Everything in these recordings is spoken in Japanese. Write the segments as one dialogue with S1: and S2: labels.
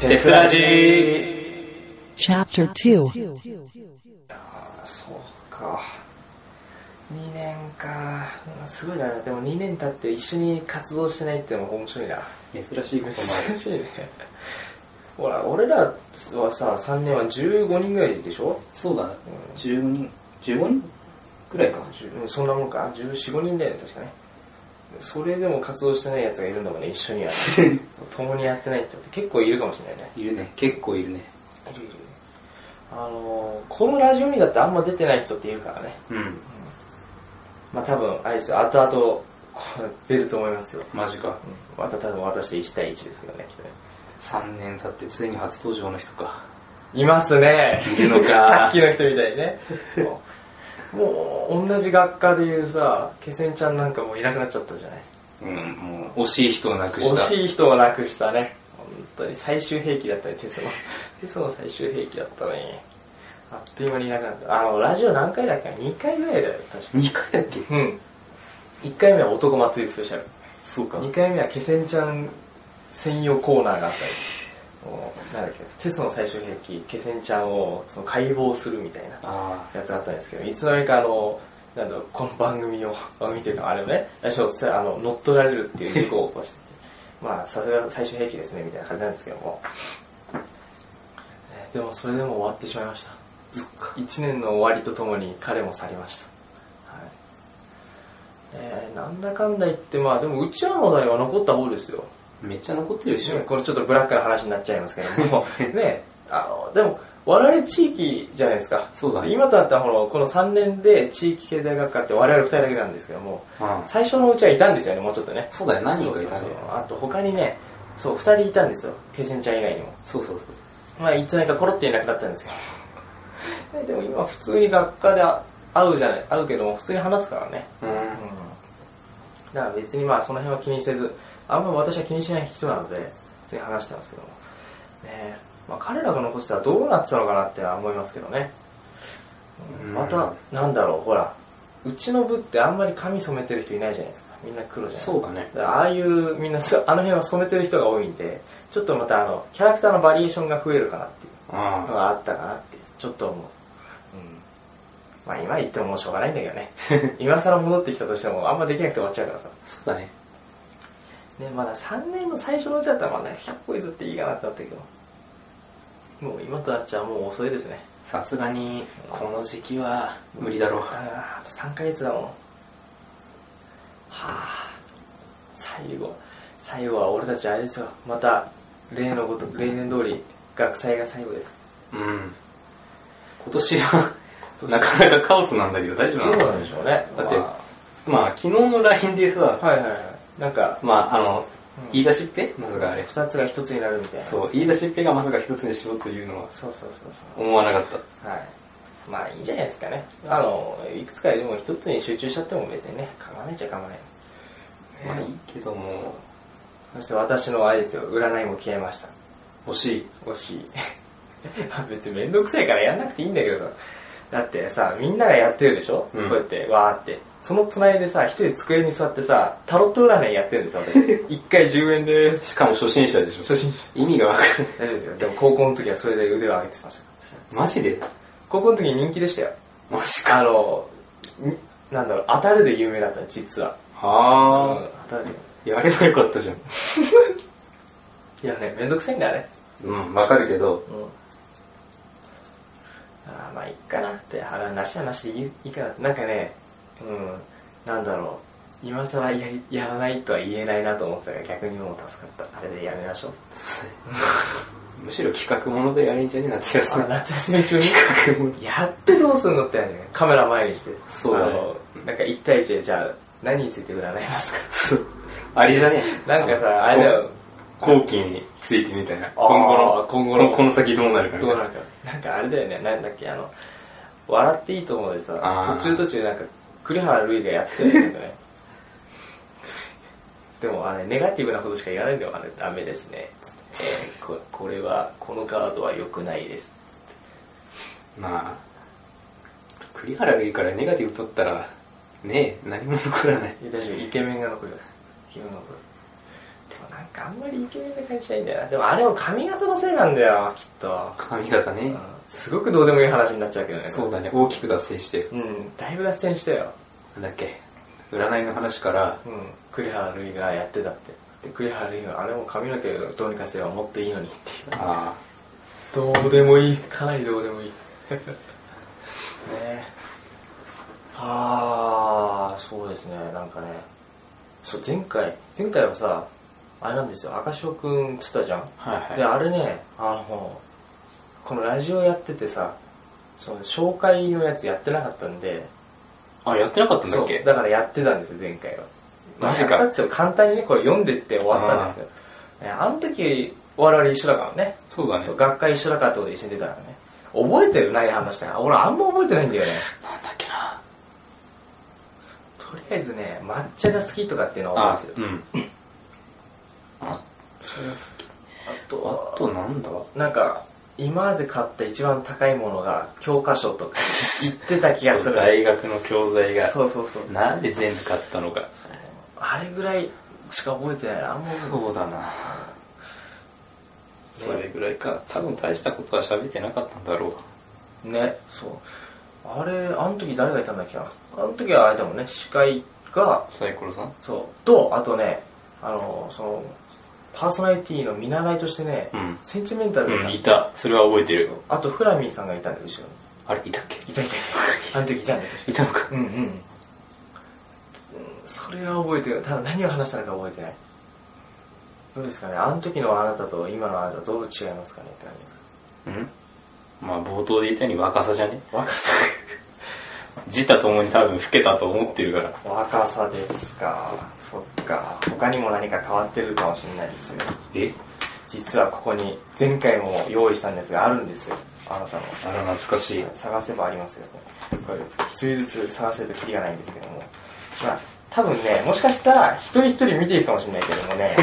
S1: テスラジー
S2: Chapter 2.
S1: そうか2年かうんすごいなでも2年経って一緒に活動してないってのも面白いな
S3: 珍しいこともあ
S1: 珍
S3: る
S1: しいねほら俺らはさ3年は15人ぐらいでしょ
S3: そうだね15人15人くらいか
S1: 10うんそんなもんか1415人だよね確かねそれでも活動してないやつがいるんだもんね一緒に は共にやってないって人って結構いるかもしれないね
S3: いるね結構いるね
S1: いるいるあのーこのラジオにだってあんま出てない人っているからね
S3: うん
S1: まあ多分あれですよ後々 これ出ると思いますよ、
S3: マジか
S1: うん、また多分私で1対1ですけどねきっとね
S3: 3年経ってついに初登場の人か
S1: いますね
S3: いるのか
S1: さっきの人みたいにね もう同じ学科でいうさ気仙ちゃんなんかもういなくなっちゃったじゃない
S3: うんもう惜しい人を亡くした
S1: 惜しい人をなくしたね本当に最終兵器だったねテスの テスの最終兵器だったねあっという間にいなくなったあのラジオ何回だっけ2回ぐらいだよ確か
S3: 2回だっけ
S1: うん1回目は男祭りスペシャル
S3: そうか
S1: 2回目は気仙ちゃん専用コーナーがあったりもうなんだっけテスの最終兵器気仙ちゃんをその解剖するみたいな
S3: あ
S1: やつあったんですけどいつの間にかあのなんだろうこの番組を番組というかあれをね最初せあの乗っ取られるっていう事故を起こしててまあさすが最終兵器ですねみたいな感じなんですけどもねでもそれでも終わってしまいました
S3: あそっか
S1: 1年の終わりとともに彼も去りました、はいえーなんだかんだ言ってまあでもうちらの代は残った方ですよ
S3: めっちゃ残ってるでしょ
S1: ねこれちょっとブラックな話になっちゃいますけども ねあのでも我々地域じゃないですか
S3: そうだね
S1: 今となってはほらこの3年で地域経済学科って我々2人だけなんですけども
S3: あ
S1: 最初のうちはいたんですよねもうちょっとね
S3: そうだよ何人かい
S1: そう
S3: た
S1: そう
S3: ね
S1: そうあと他にねそう2人いたんですよケセンちゃん以外にも
S3: そうそうそう
S1: まあいつの間にかコロッといなくなったんですけどでも今普通に学科で会うじゃない会うけども普通に話すからね
S3: うん
S1: うんだから別にまあその辺は気にせずあんま私は気にしない人なので普通に話してますけどもねえまあ、彼らが残してたらどうなってたのかなっては思いますけどね、
S3: うん
S1: またなんだろうほらうちの部ってあんまり髪染めてる人いないじゃないですかみんな黒じゃないですか
S3: そうだね
S1: だからああいうみんなそうあの辺は染めてる人が多いんでちょっとまたあのキャラクターのバリエーションが増えるかなっていうの
S3: あ
S1: があったかなってちょっと思う、うん、まあ今言ってももうしょうがないんだけど ね今更戻ってきたとしてもあんまできなくて終わっちゃうからさ
S3: あそうだね
S1: ねまだ3年の最初のうちだったらまだ100歩譲っていいかなってなったけどもう今となっちゃもう遅いですね
S3: さすがにこの時期は無理だろう
S1: あーあと3ヶ月だもんはあ最後最後は俺たちあれですよまた例のごと例年通り学祭が最後です
S3: うん今年は
S1: 今年
S3: なかなかカオスなんだけど大丈夫
S1: どう
S3: なの
S1: なんでしょうね
S3: だって
S1: ま
S3: まあ昨日の LINE でさ
S1: あはいはいはいなんか
S3: まああの
S1: うん
S3: 言い出しっぺまさかあれ
S1: 2つが1つになるみたいな
S3: そう言い出しっぺがまさか一つにしようというのは
S1: そうそうそうそう
S3: 思わなかった
S1: はいまあいいんじゃないですかねあのいくつかよりも一つに集中しちゃっても別にね構わないっちゃ構わない、
S3: まあいいけども
S1: そして私のあれですよ占いも消えました
S3: 欲しい
S1: 惜しい まあ別に面倒くさいからやんなくていいんだけどさだってさみんながやってるでしょ、
S3: うん
S1: こうやってわーってその隣でさ一人机に座ってさタロット占いやってるんですよ私 一回10円です
S3: しかも初心者でしょ
S1: 初心者
S3: 意味がわかる
S1: 大丈夫ですよでも高校の時はそれで腕を上げてました
S3: マジで
S1: 高校の時人気でしたよ
S3: マジか
S1: あのになんだろう当たるで有名だったの実はう
S3: は
S1: ん当たる
S3: あやればよかったじゃん
S1: いやねめんどくさいんだあれ
S3: うんわかるけど
S1: うんあーまあいっかなってあれなしはなしでいいいいかなってなんかねうんなんだろう今更やりやらないとは言えないなと思ってたから逆にもう助かったあれでやめましょう
S3: むしろ企画ものでやれんじゃねえ夏休
S1: あ
S3: み
S1: 夏休み中 に
S3: 企画もの
S1: やってどうすんのって話ねカメラ前にして
S3: そうだね
S1: あのなんか1対1でじゃあ何について占いますか
S3: そうあれじゃねえ
S1: なんかさあれだよ
S3: 後期についてみたいな
S1: あー
S3: 今後の
S1: 今後の
S3: ここの先どうなるかみた
S1: ど
S3: いう
S1: なるかなんかあれだよねなんだっけあの「笑っていいと思う」でさ
S3: あー
S1: 途中途中なんか栗原類がやってたよねなんかね でもあれネガティブなことしか言わないんだよあれダメです ね、えーここれはこのカードは良くないです
S3: まあ栗原がいいからネガティブ取ったらねえ何も残らない
S1: いや大丈夫イケメンが残るよイケメンが残るテなんかあんまりイケメンな感じしないんだよな。でもあれも髪型のせいなんだよ、きっと。
S3: 髪型ね
S1: うん。すごくどうでもいい話になっちゃうけどね。
S3: そうだね、大きく脱線して、
S1: うん、だいぶ脱線したよ。
S3: なんだっけ、占いの話から、
S1: うん、栗原類がやってたって。で、栗原類があれも髪の毛をどうにかすればもっといいのにって いう。
S3: あ
S1: どうでもいい。かなりどうで もいい。ねえ。ああ、そうですね、なんかね。そう、前回、前回はさ、あれなんですよ、赤潮くんっつったじゃん。
S3: あ、はい
S1: で、
S3: は
S1: あれね、あの、このラジオやっててさ、その紹介のやつやってなかったんで、
S3: い。あ、やってなかったんだっ
S1: そう
S3: け
S1: だからやってたんですよ、前回は。まあ、
S3: マジか
S1: やったっつっても簡単にね、これ読んでって終わったんですけど、ねあの時、我々一緒だからね。
S3: そうだね。
S1: そ
S3: な
S1: うん
S3: だっ
S1: 学会一緒だからってことで一緒に出たからね。覚えてるない話だよ。俺あんま覚えてないんだよね。
S3: けな。
S1: とりあえずね、抹茶が好きとかっていうのは
S3: あ
S1: 覚え、て
S3: う
S1: る。
S3: ん。あ、それは好き。
S1: あ
S3: あとなんだ
S1: なんか、今まで買った一番高いものが教科書とか言ってた気がす
S3: そう
S1: る。
S3: 大学の教材が。
S1: そうそうそう。
S3: なんで全部買ったのか。
S1: あれぐらいしか覚えてないな。あんま覚
S3: そうだな。
S1: えて
S3: そ
S1: ない
S3: れぐらいか。多分大したことは喋ってなかったんだろう。
S1: ね、そう。あれ、あの時誰がいたんだっけな。あの時はあれだもんね、司会が、
S3: サイコロさん
S1: そう、と、あとね、あの、その、パーソナリティの見習いとしてね、
S3: うん
S1: センチメンタルが
S3: うん、いた。それは覚えてる。
S1: あと、フラミンさんがいたんだよ、後ろ
S3: あれ、いたっけ
S1: に。いたいたいた。あの時いたんですよ。
S3: いたのか。
S1: うんうん。うんそれは覚えてる。ただ何を話したのか覚えてない。どうですかねあの時のあなたと今のあなたどう違いますかねって感じです
S3: うんまあ、冒頭で言ったように若さじゃね
S1: 若さ。
S3: 自他ともに多分老けたと思ってるから。
S1: 若さですか。そっか。他にも何か変わってるかもしれないですね。
S3: え
S1: 実はここに前回も用意したんですがあるんですよ。あなたの。
S3: あら、懐かしい。
S1: 探せばありますよ。これ、一人ずつ探してるときりがないんですけども。まあ、多分ね、もしかしたら一人一人見ていくかもしれないけどもね、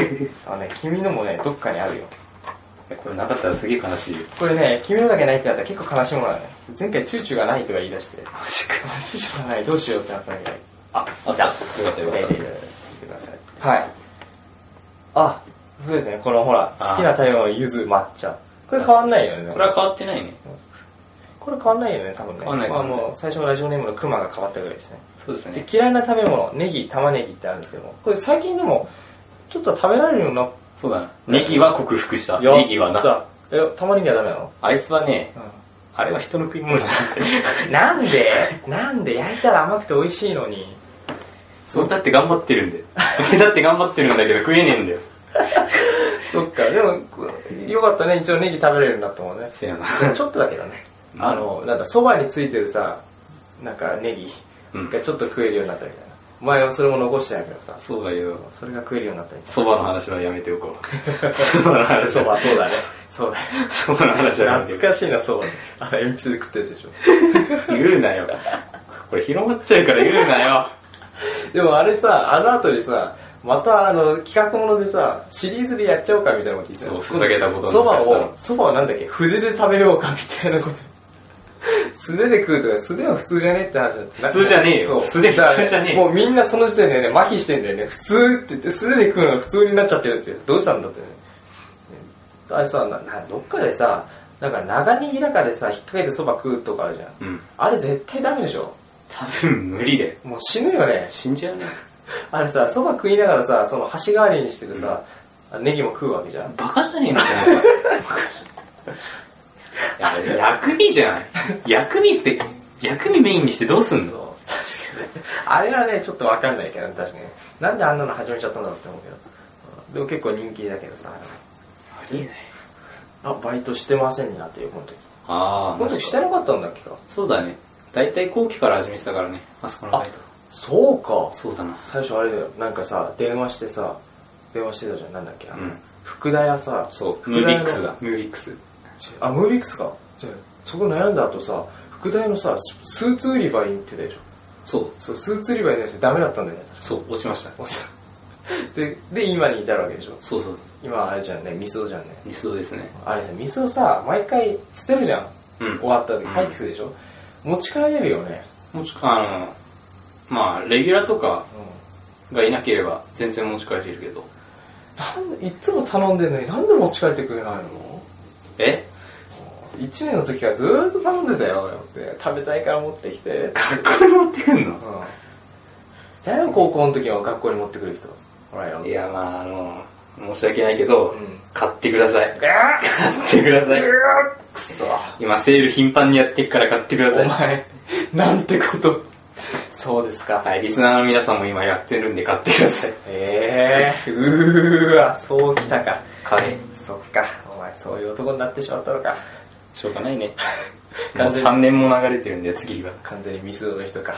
S1: あのね、君のもね、どっかにあるよ。
S3: これなかったらすげえ悲しいよ。
S1: これね、君のだけないってなったら結構悲しいものだね。前回、チューチューがないとか言い出して、
S3: マジか。
S1: チューチューがない、どうしようってなったんだけど、
S3: あ、あった。よかったよか
S1: 見
S3: ってた。
S1: ください。はい。あ、そうですね、このほら、
S3: あー
S1: 好きな食べ物、ゆず、抹茶。これ変わんないよね。
S3: これは変わってないね。
S1: これ変わんないよね、多分ね。
S3: 変わんない
S1: まあもう、最初のラジオネームのクマが変わったぐらいですね。
S3: そうです
S1: で
S3: ね。
S1: 嫌いな食べ物ネギ玉ねぎってあるんですけどもこれ最近でもちょっと食べられるようになっ
S3: そうだな。ネギは克服した。
S1: たよ
S3: ネギはな。
S1: さあえ玉ねぎはダメなの、
S3: あいつはね、あれは人の食い物じゃ なくて。
S1: なんでなんで焼いたら甘くて美味しいのに
S3: そうだって頑張ってるんだよ。俺 だって頑張ってるんだけど食えねえんだよ。
S1: そっかでもこよかったね一応ネギ食べれるんだと思うね
S3: せやな。
S1: でもちょっとだけどね
S3: うん
S1: あのなんだそばについてるさなんかネギ
S3: うん
S1: がちょっと食えるようになったみたいなお前はそれも残してないけどさ
S3: そうだよ。
S1: それが食えるようになったみた
S3: 蕎麦の話はやめておこう。 蕎麦の
S1: いな
S3: 話
S1: そ
S3: は。
S1: ばそうだねそうだね
S3: 蕎麦の話はやめて
S1: 懐
S3: おこ
S1: かしいなそうだねあ鉛筆で食ってるでしょ
S3: う。言うなよ。これ広まっちゃうから言うなよ。
S1: でもあれさ、あの後にさ、またあの企画ものでさ、シリーズでやっちゃおうかみたいなこと言ってたよ
S3: そうふざけたことを
S1: そば
S3: なんかした
S1: を
S3: ら、
S1: そばをなんだっけ、筆で食べようかみたいなこと。素手で食うとか、素手は普通じゃねえって話だった。
S3: 普通じゃねえよ
S1: そう
S3: 素手普通じゃね
S1: だから
S3: え
S1: もうみんなその時点でね、麻痺してんだよね。普通って言って、素手で食うのが普通になっちゃってるって。どうしたんだってね。あれさ、ななどっかでさ、なんか長ネギだかでさ、引っ掛けてそば食うとかあるじゃん。
S3: うん。
S1: あれ絶対ダメでしょ。
S3: 多分無理だよ。
S1: もう死ぬよね。
S3: 死んじゃうね。
S1: あれさ、そば食いながらさ、その箸代わりにしててさ、ネギも食うわけじゃん。
S3: バカじゃねえのかお前 いや薬味じゃない薬味って薬味メインにしてどうすんの
S1: 確かに。あれはね、ちょっとわかんないけど、確かに。なんであんなの始めちゃったんだろうって思うけど。うんでも結構人気だけどさ。
S3: ありえない
S1: あ、バイトしてませんになってよ、この時。
S3: あ
S1: この時して
S3: あ
S1: なかったんだっけか。
S3: そうだね大体後期から始めてたからねあそこのバイト
S1: そうか。
S3: そうだな
S1: 最初あれだよ、なんかさ、電話してさ、電話してたじゃん、なんだっけ。あの
S3: うん
S1: 福田屋さ、
S3: そう
S1: 福
S3: ムー
S1: 田
S3: ビ
S1: 屋
S3: ッ
S1: の
S3: クスだムービックス
S1: あ、ムービックスか。じゃあそこ悩んだ後さ、福田屋のさ、ススーツ売り場に行ってたでしょ。
S3: そう
S1: そう、スーツ売り場に出してダメだったんだよね。
S3: そう落ちました
S1: お茶でで今に至るわけでしょ
S3: そうそう
S1: 今あれじゃんねミスドじゃんね
S3: 理想ですね
S1: あれさミスドさ毎回捨てるじゃん
S3: うん
S1: 終わった時
S3: うん
S1: 廃棄するでしょ、持ち帰れるよね
S3: 持ちあのまあレギュラーとか
S1: う
S3: がいなければ全然持ち帰れるけど
S1: なんいつも頼んでるのになんで持ち帰ってくれないの
S3: え
S1: 1年の時はずーっと頼んでたよって食べたいから持ってきて、うん、
S3: 学校に持ってくんの
S1: だよ高校の時は学校に持ってくる人ほらよ
S3: いやまああの申し訳ないけど、
S1: うん
S3: 買ってくださ い
S1: ガーッ
S3: 買ってください
S1: くそ
S3: 今セール頻繁にやってっから買ってくだ
S1: お
S3: さ
S1: 前なんてことそうですか
S3: いはいリスナーの皆さんも今やってるんで買ってください
S1: ええうーわそうきたか
S3: 買え
S1: そっかお前そういう男になってしまったのか
S3: しょうがないね もう
S1: 完全に
S3: 3年も流れてるんで次は
S1: 完全にミスドの人か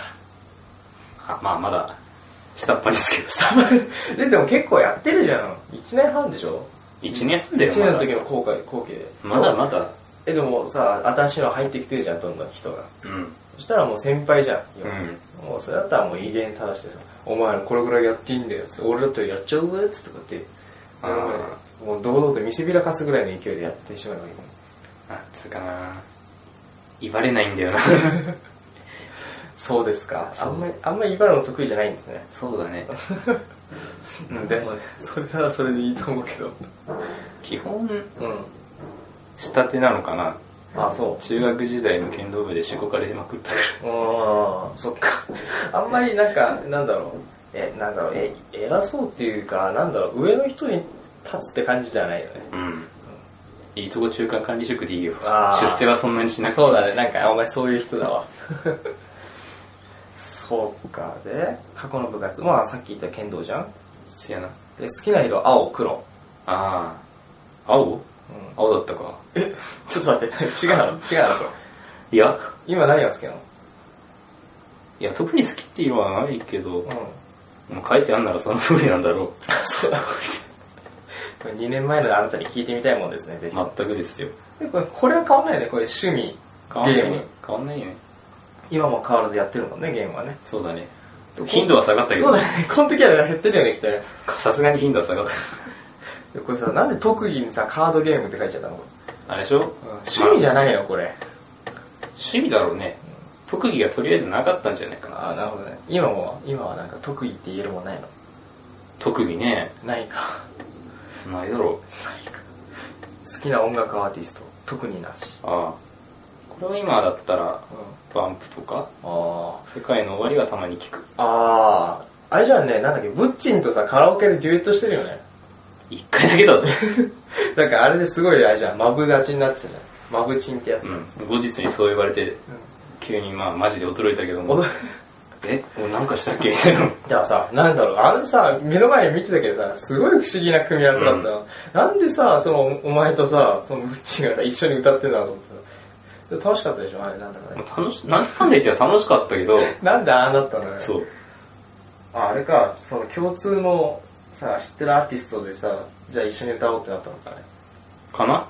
S3: あまあまだ下っ端ですけど
S1: サブででも結構やってるじゃん1年半でしょ
S3: 1年半だ
S1: 1
S3: よ
S1: 年の時の後悔後期で
S3: まだまだまだ
S1: えでもさ新しいの入ってきてるじゃんどんどん人が
S3: うんうん
S1: そしたらもう先輩じゃん、もうそれだったらもう威厳正してさ「お前らこれぐらいやっていいんだよ」つって俺だったらやっちゃうぜ」っつってこうやって
S3: あ
S1: もう堂々と見せびらかすぐらいの勢いでやってしまえばいいのに
S3: なんつうかな言われないんだよな
S1: そうですかあ
S3: そうん
S1: まりあんまり威張るの得意じゃないんですね
S3: そうだね
S1: うんでもねそれはそれでいいと思うけど
S3: 基本
S1: うん
S3: 下手なのかな
S1: あそ
S3: 中学時代の剣道部でしごかれまくったか
S1: ううんそっかあんまりなんかなんだろうえなんだろうえ偉そうっていうかなんだろう上の人に立つって感じじゃないよね
S3: らうんいいとこ中間管理職でいいよ
S1: あー
S3: 出世はそんなにしなくて
S1: そうだねなんかお前そういう人だわ そうかで過去の部活まあさっき言った剣道じゃん
S3: せやな
S1: で好きな色青黒、
S3: ああ青
S1: うん、
S3: 青だったか
S1: ちょっと待って違うの違うのこれ
S3: いや
S1: 今何が好きなの
S3: いや特に好きっていうのはないけど、
S1: うん
S3: もう書いてあんならその通りなんだろ
S1: そうだこれ2年前のあなたに聞いてみたいもんですねぜ
S3: う
S1: ひ、
S3: 全くですよ
S1: でこれこれは変わんないよねこれ趣味
S3: 変わんない
S1: ゲー
S3: ね
S1: ム
S3: 変わんないよね
S1: 今も変わらずやってるもんねゲームはね
S3: そうだね
S1: どこ
S3: 頻度は下がったけ
S1: そう
S3: ど
S1: だねこの時は減ってるよねきっとね
S3: さすがに頻度は下がっ
S1: でこれさなんで特技にさカードゲームって書いちゃったの、
S3: たあれでしょ
S1: 趣味じゃないよこれ
S3: 趣味だろうね特技がとりあえずなかったんじゃないかな
S1: ああなるほどね今も今はなんか特技って言えるもんないの
S3: 特技ね
S1: ないか
S3: ないだろう
S1: ないか好きな音楽アーティスト特になし
S3: ああこれは今だったら
S1: うん
S3: バンプとか
S1: あ
S3: 世界の終わりはたまに聞く
S1: ああああれじゃんねなんだっけブッチンとさカラオケでデュエットしてるよね
S3: 一回だけだぜ
S1: なんかあれですごいあれじゃんマブダチになってたじゃんマブチンってやつ、
S3: うん後日にそう言われて急にまあマジで驚いたけど
S1: お
S3: も
S1: だ
S3: え俺なんかしたっけみたいな
S1: からさなんだろうあのさ目の前に見てたけどさすごい不思議な組み合わせだったの、なんでさそのお前とさそのブッチンがさ一緒に歌ってんだろうと思ってさ楽しかったでしょあれなんだかね
S3: 楽しなんだかんだ言っては楽しかったけど
S1: なんでああなったんだろうね
S3: そう
S1: ああれかその共通のさ知ってるアーティストでさじゃあ一緒に歌おうってなったのかね
S3: かな
S1: あ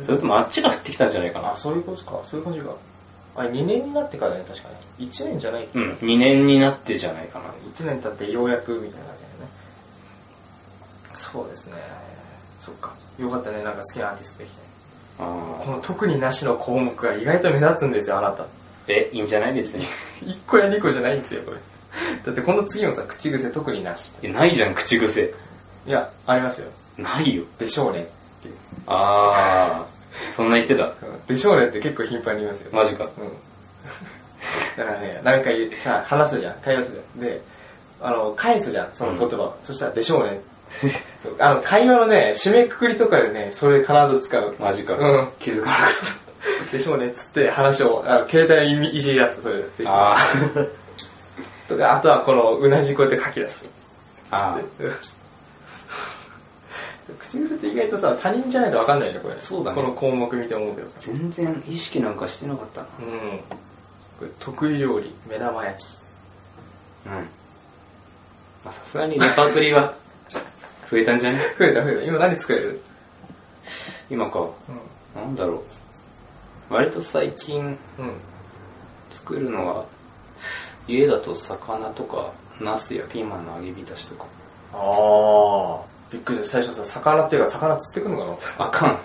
S3: それともあっちが降ってきたんじゃないか
S1: あ
S3: な
S1: そういうことかそういう感じかあれ2年になってからね確かね1年じゃないっけ、
S3: うん2年になってじゃないかな
S1: 1年経ってようやくみたいな感じだよねそうですねそっかよかったねなんか好きなアーティストできて
S3: あ
S1: こ
S3: あ
S1: の特になしの項目が意外と目立つんですよあなた
S3: えいいんじゃない別に
S1: 1個や2個じゃないんですよこれ だってこの次もさ口癖特になしって
S3: えないじゃん口癖
S1: いやありますよ
S3: ないよ
S1: でしょうね
S3: ああそんな言ってた
S1: うんでしょうねって結構頻繁に言いますよ
S3: マジか
S1: うんだからね、なんか言うさ、話すじゃん、会話するじゃん。で、あの、返すじゃん、その言葉を。そしたら、でしょうね。そうあの、会話のね、締めくくりとかでね、それ必ず使う。
S3: マジか、
S1: うん
S3: 気づかなかっ
S1: でしょうね、つって話を、あの携帯をいじり出す、それで。でしょう
S3: た
S1: ね
S3: あー
S1: とか、あとはこの、うなじこうやって書き出す。
S3: あ
S1: つってうん口癖って意外とさ、他人じゃないと分かんないよね、これ。
S3: そうだね
S1: この項目見て思うけどさ。
S3: 全然意識なんかしてなかった
S1: うん。これ、得意料理、目玉焼き。
S3: なうんまあさすがにレパートリーは増えたんじゃね
S1: 増えた増えた。今何作れる
S3: 今か
S1: う
S3: なんだろう割と最近
S1: ん。うん。
S3: 作るのは家だと魚とかナスやピーマンの揚げ浸しとか
S1: ああびっくりした最初さ魚っていうか魚釣ってくんのかな
S3: あかん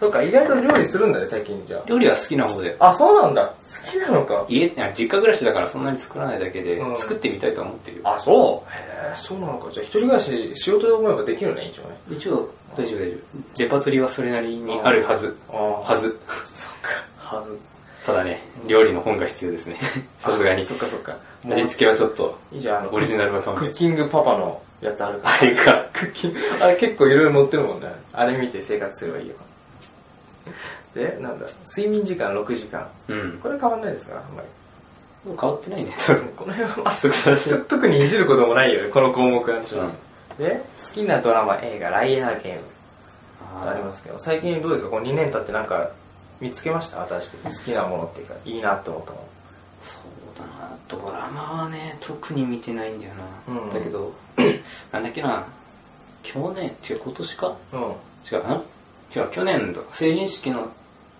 S1: そっか、意外と料理するんだね、最近じゃ
S3: 料理は好きな方で
S1: あ。あ、そうなんだ。好きなのか。
S3: 家いや実家暮らしだからそんなに作らないだけで、
S1: うん
S3: 作ってみたいとは思ってるよ
S1: そうへえ、そうなのか。じゃあ、一人暮らし、仕事で思えばできるね、一応ね。
S3: 一応大丈夫大丈夫レパートリーはそれなりにあるはず
S1: ああ
S3: は。ず
S1: そっか、はず。
S3: ただね料理の本が必要ですねさすがに
S1: そっかそっか。もう
S3: 味付けはちょっと
S1: いいじゃん、あの、
S3: オリジナルは考
S1: ク
S3: え
S1: ッキングパパのやつあるから。
S3: あれか
S1: クッキング、 あれ結構いろいろ載ってるもんね。あれ見て生活すればいいよ。で、なんだ、睡眠時間6時間。
S3: うん
S1: これ変わんないですか、あ んまり。
S3: 変わってないね多分
S1: この辺は、
S3: あそこさ
S1: ちょ特にいじることもないよね、この項目なんでしょ。
S3: うん
S1: で、好きなドラマ、映画、ライアーゲームとあ
S3: あ
S1: りますけど、最近どうですかこの2年経ってなんか見つけました新しく。好きなものっていうか、いいなって思ったも
S3: そうだなドラマはね特に見てないんだよな、
S1: うん
S3: だけど なんだっけな去年違う今年か
S1: の。
S3: 違うな違う去年だ成人式の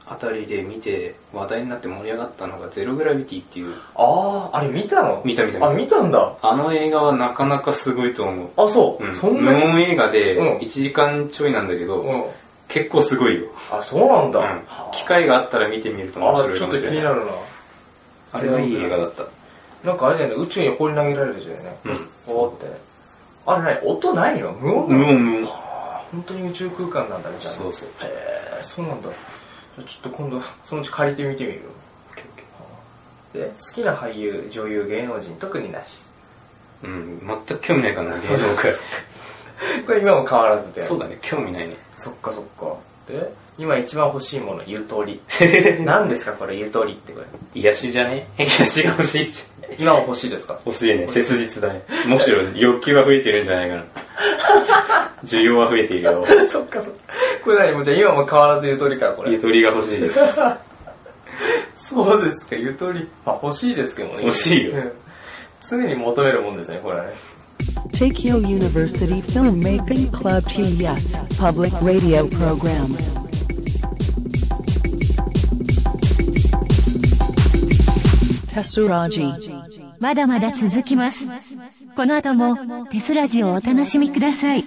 S3: あたりで見て話題になって盛り上がったのが「ゼログラビティ」っていう
S1: うん。ああ、あれ見たの
S3: 見た見た見た
S1: あ、見たんだ。
S3: あの映画はなかなかすごいと思う、
S1: あ、そう。
S3: うん、
S1: そんな
S3: 無
S1: に。
S3: 音映画で
S1: うん
S3: 1時間ちょいなんだけど、
S1: うん。
S3: 結構すごいよ、
S1: あ、そうなんだ。
S3: うん機会があったら見てみると面
S1: あ
S3: 白い
S1: ち
S3: か
S1: ょっ
S3: も
S1: と
S3: し
S1: 気
S3: れない
S1: になるな
S3: あれはいい映画だった
S1: なんかあれだよね宇宙に放り投げられるじゃんね
S3: うん
S1: おーってあれ何音ないの無音なの
S3: 無音無音
S1: 本当に宇宙空間なんだみたいな
S3: そうそう
S1: へえそうなんだじゃあちょっと今度そのうち借りてみてみるよで好きな俳優女優芸能人特になし
S3: うん全く興味ないからな芸
S1: そう
S3: 能界
S1: これ今も変わらずで
S3: そうだね興味ないね
S1: そっかそっかで今一番欲しいものゆと り何ですかこれゆとりってこれ
S3: 癒しじゃね癒しが欲しいじゃん
S1: 今も欲しいですか
S3: 欲しいね 切実だねむしろ欲求は増えてるんじゃない かな需要は増えているよ
S1: そっかそっか。これ何もうじゃあ今も変わらずゆとりか、こ
S3: ゆ
S1: れ。
S3: とりが欲しいです
S1: そうですか、ゆとり。まあ欲しいですけどね。
S3: 欲しいよ
S1: うん常に求めるもんですね、これはね。
S2: Tokyo University Filmmaking Club TES Public Radio Program. Tesseraji.
S4: まだまだ続きます。この後もテスラジをお楽しみください。